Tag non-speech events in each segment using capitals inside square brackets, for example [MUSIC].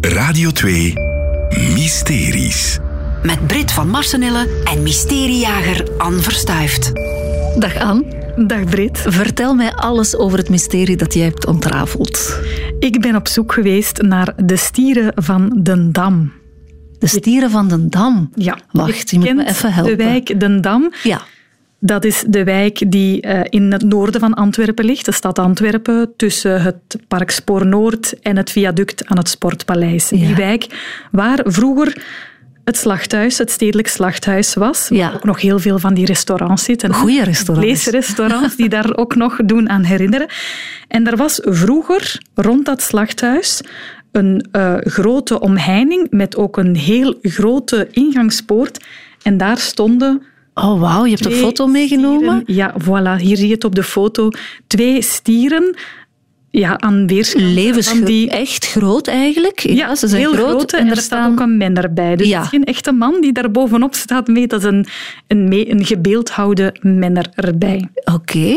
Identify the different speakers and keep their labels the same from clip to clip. Speaker 1: Radio 2 Mysteries.
Speaker 2: Met Brit van Marsenille en mysteriejager Anne Verstuift.
Speaker 3: Dag Anne. Dag Brit.
Speaker 2: Vertel mij alles over het mysterie dat jij hebt ontrafeld.
Speaker 3: Ik ben op zoek geweest naar de stieren van Den Dam.
Speaker 2: De stieren van Den Dam.
Speaker 3: Ja.
Speaker 2: Wacht, je moet me
Speaker 3: kent
Speaker 2: even helpen.
Speaker 3: De wijk Den Dam,
Speaker 2: Ja.
Speaker 3: dat is de wijk die eh, in het noorden van Antwerpen ligt, de stad Antwerpen, tussen het Park Spoor Noord en het viaduct aan het Sportpaleis.
Speaker 2: Ja.
Speaker 3: Die wijk waar vroeger het slachthuis, het stedelijk slachthuis was, waar
Speaker 2: Ja.
Speaker 3: ook nog heel veel van die restaurants zitten. hè.
Speaker 2: Goeie restaurants.
Speaker 3: Vleesrestaurants die daar ook nog doen aan herinneren. En er was vroeger rond dat slachthuis een eh, grote omheining met ook een heel grote ingangspoort. En daar stonden
Speaker 2: Oh, wauw, je hebt een
Speaker 3: twee
Speaker 2: foto meegenomen.
Speaker 3: stieren. Ja, voilà. Hier zie je het op de foto. Twee stieren ja, aan weerskanten van
Speaker 2: Levensgroot.
Speaker 3: die...
Speaker 2: Echt groot eigenlijk. Ja, ze zijn
Speaker 3: heel
Speaker 2: groot.
Speaker 3: grote en, er staat ook een man erbij. Dus
Speaker 2: Ja.
Speaker 3: het is geen echte man die daar bovenop staat. Nee, dat is een, een, me- een gebeeldhouwde menner erbij.
Speaker 2: Oké.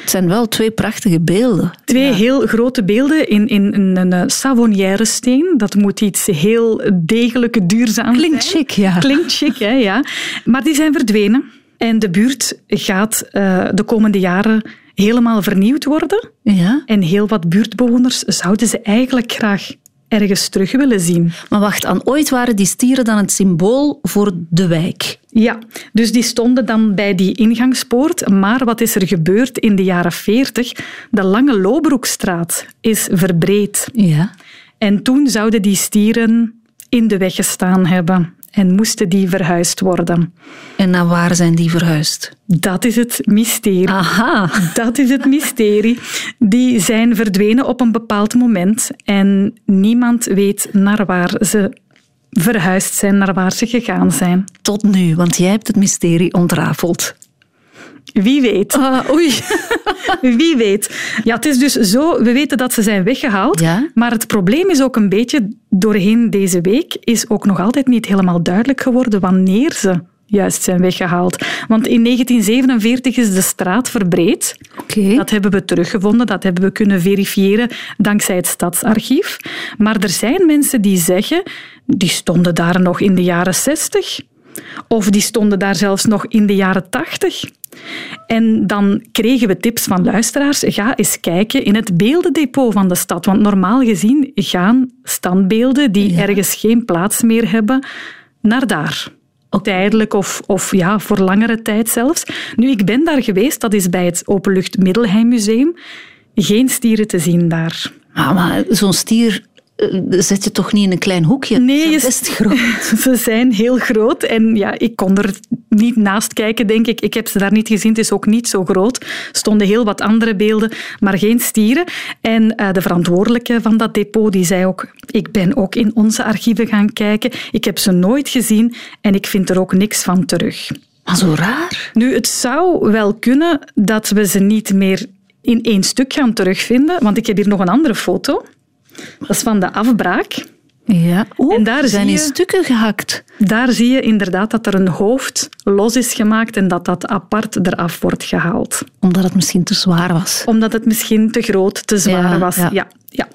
Speaker 2: Het zijn wel twee prachtige beelden.
Speaker 3: Twee heel grote beelden in, in, in een eh, savonnière steen. Dat moet iets heel degelijk duurzaams
Speaker 2: Klinkt
Speaker 3: zijn.
Speaker 2: chic,
Speaker 3: [LAUGHS]
Speaker 2: ja.
Speaker 3: Klinkt chic, hè, ja. Maar die zijn verdwenen. En de buurt gaat eh, de komende jaren helemaal vernieuwd worden.
Speaker 2: Ja.
Speaker 3: En heel wat buurtbewoners zouden ze eigenlijk graag ergens terug willen zien.
Speaker 2: Maar wacht, aan ooit waren die stieren dan het symbool voor de wijk.
Speaker 3: Ja, dus die stonden dan bij die ingangspoort. Maar wat is er gebeurd in de jaren 40? De lange Loobroekstraat is verbreed.
Speaker 2: Ja.
Speaker 3: En toen zouden die stieren in de weg gestaan hebben en moesten die verhuisd worden.
Speaker 2: En naar waar zijn die verhuisd?
Speaker 3: Dat is het mysterie.
Speaker 2: Aha.
Speaker 3: [LAUGHS] Dat is het mysterie. Die zijn verdwenen op een bepaald moment en niemand weet naar waar ze verhuisd zijn, naar waar ze gegaan zijn.
Speaker 2: Tot nu, want jij hebt het mysterie ontrafeld.
Speaker 3: Wie weet,
Speaker 2: Ah, oei.
Speaker 3: [LAUGHS] wie weet. Ja, het is dus zo, we weten dat ze zijn weggehaald,
Speaker 2: Ja.
Speaker 3: maar het probleem is ook een beetje doorheen deze week is ook nog altijd niet helemaal duidelijk geworden wanneer ze juist zijn weggehaald. Want in 1947 is de straat verbreed.
Speaker 2: [LAUGHS] Oké.
Speaker 3: Dat hebben we teruggevonden, dat hebben we kunnen verifiëren dankzij het stadsarchief. Maar er zijn mensen die zeggen, die stonden daar nog in de jaren 60. Of die stonden daar zelfs nog in de jaren 80. En dan kregen we tips van luisteraars. Ga eens kijken in het beeldendepot van de stad. Want normaal gezien gaan standbeelden die ergens geen plaats meer hebben, naar daar. Tijdelijk of, of ja, voor langere tijd zelfs. Nu, ik ben daar geweest, dat is bij het Openlucht Middelheimmuseum. Geen stieren te zien daar. [LAUGHS]
Speaker 2: Ah, maar zo'n stier eh, zet je toch niet in een klein hoekje?
Speaker 3: Nee,
Speaker 2: Ze
Speaker 3: je-
Speaker 2: is best groot. [LAUGHS]
Speaker 3: Ze zijn heel groot en ja, ik kon er niet naast kijken, denk ik. Ik heb ze daar niet gezien, het is ook niet zo groot. Er stonden heel wat andere beelden, maar geen stieren. En eh, de verantwoordelijke van dat depot die zei ook, ik ben ook in onze archieven gaan kijken. Ik heb ze nooit gezien en ik vind er ook niks van terug.
Speaker 2: Maar zo raar.
Speaker 3: Nu, het zou wel kunnen dat we ze niet meer in één stuk gaan terugvinden, want ik heb hier nog een andere foto. Dat is van de afbraak.
Speaker 2: Ja. Oeh,
Speaker 3: En daar
Speaker 2: Oh, ze zijn
Speaker 3: zie
Speaker 2: in
Speaker 3: je-
Speaker 2: stukken gehakt.
Speaker 3: Daar zie je inderdaad dat er een hoofd los is gemaakt en dat dat apart eraf wordt gehaald.
Speaker 2: Omdat het misschien te zwaar was.
Speaker 3: Omdat het misschien te groot, te zwaar
Speaker 2: Ja,
Speaker 3: was.
Speaker 2: ja.
Speaker 3: Ja. Ja,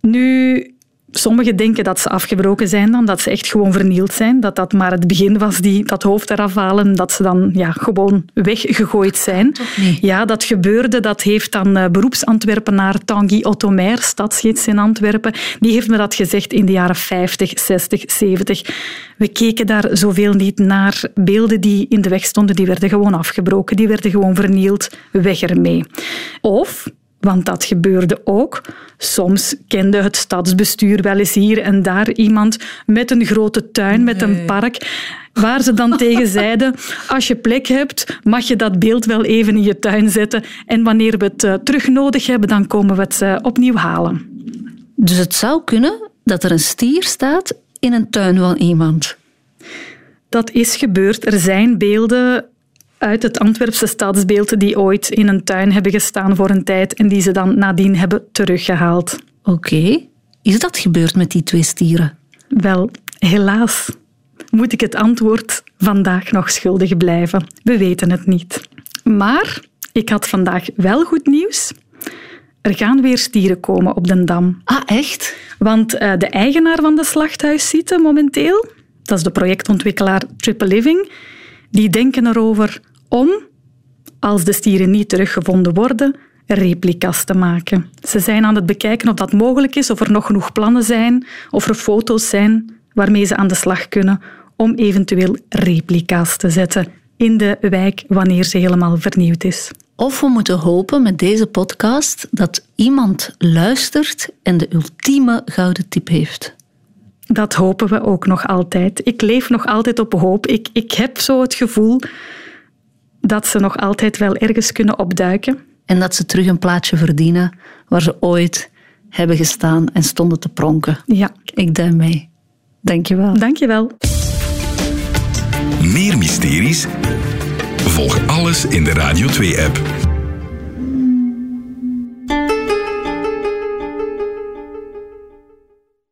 Speaker 3: Nu, sommigen denken dat ze afgebroken zijn dan, dat ze echt gewoon vernield zijn. Dat dat maar het begin was, die, dat hoofd eraf halen, dat ze dan ja, gewoon weggegooid zijn.
Speaker 2: niet?
Speaker 3: Ja, dat gebeurde. Dat heeft dan eh, beroepsantwerpenaar Tanguy Ottomer, stadsgids in Antwerpen, die heeft me dat gezegd in de jaren 50, 60, 70. We keken daar zoveel niet naar. Beelden die in de weg stonden, die werden gewoon afgebroken. Die werden gewoon vernield. Weg ermee. Of... Want dat gebeurde ook. Soms kende het stadsbestuur wel eens hier en daar iemand met een grote tuin, met een park. Waar ze dan tegen zeiden, als je plek hebt, mag je dat beeld wel even in je tuin zetten. En wanneer we het eh, terug nodig hebben, dan komen we het eh, opnieuw halen.
Speaker 2: Dus het zou kunnen dat er een stier staat in een tuin van iemand.
Speaker 3: Dat is gebeurd. Er zijn beelden uit het Antwerpse stadsbeeld die ooit in een tuin hebben gestaan voor een tijd en die ze dan nadien hebben teruggehaald.
Speaker 2: Oké. Is dat gebeurd met die twee stieren?
Speaker 3: Wel, helaas moet ik het antwoord vandaag nog schuldig blijven. We weten het niet. Maar ik had vandaag wel goed nieuws. er gaan weer stieren komen op den dam.
Speaker 2: Ah, echt?
Speaker 3: Want eh, de eigenaar van de slachthuiszitten momenteel, dat is de projectontwikkelaar Triple Living, die denken erover om, als de stieren niet teruggevonden worden, replica's te maken. Ze zijn aan het bekijken of dat mogelijk is, of er nog genoeg plannen zijn, of er foto's zijn waarmee ze aan de slag kunnen om eventueel replica's te zetten in de wijk wanneer ze helemaal vernieuwd is.
Speaker 2: Of we moeten hopen met deze podcast dat iemand luistert en de ultieme gouden tip heeft.
Speaker 3: Dat hopen we ook nog altijd. Ik leef nog altijd op hoop. Ik, ik heb zo het gevoel dat ze nog altijd wel ergens kunnen opduiken.
Speaker 2: En dat ze terug een plaatsje verdienen waar ze ooit hebben gestaan en stonden te pronken.
Speaker 3: Ja,
Speaker 2: Ik duim mee. Dankjewel.
Speaker 3: dankjewel.
Speaker 1: Meer mysteries? Volg alles in de Radio 2-app.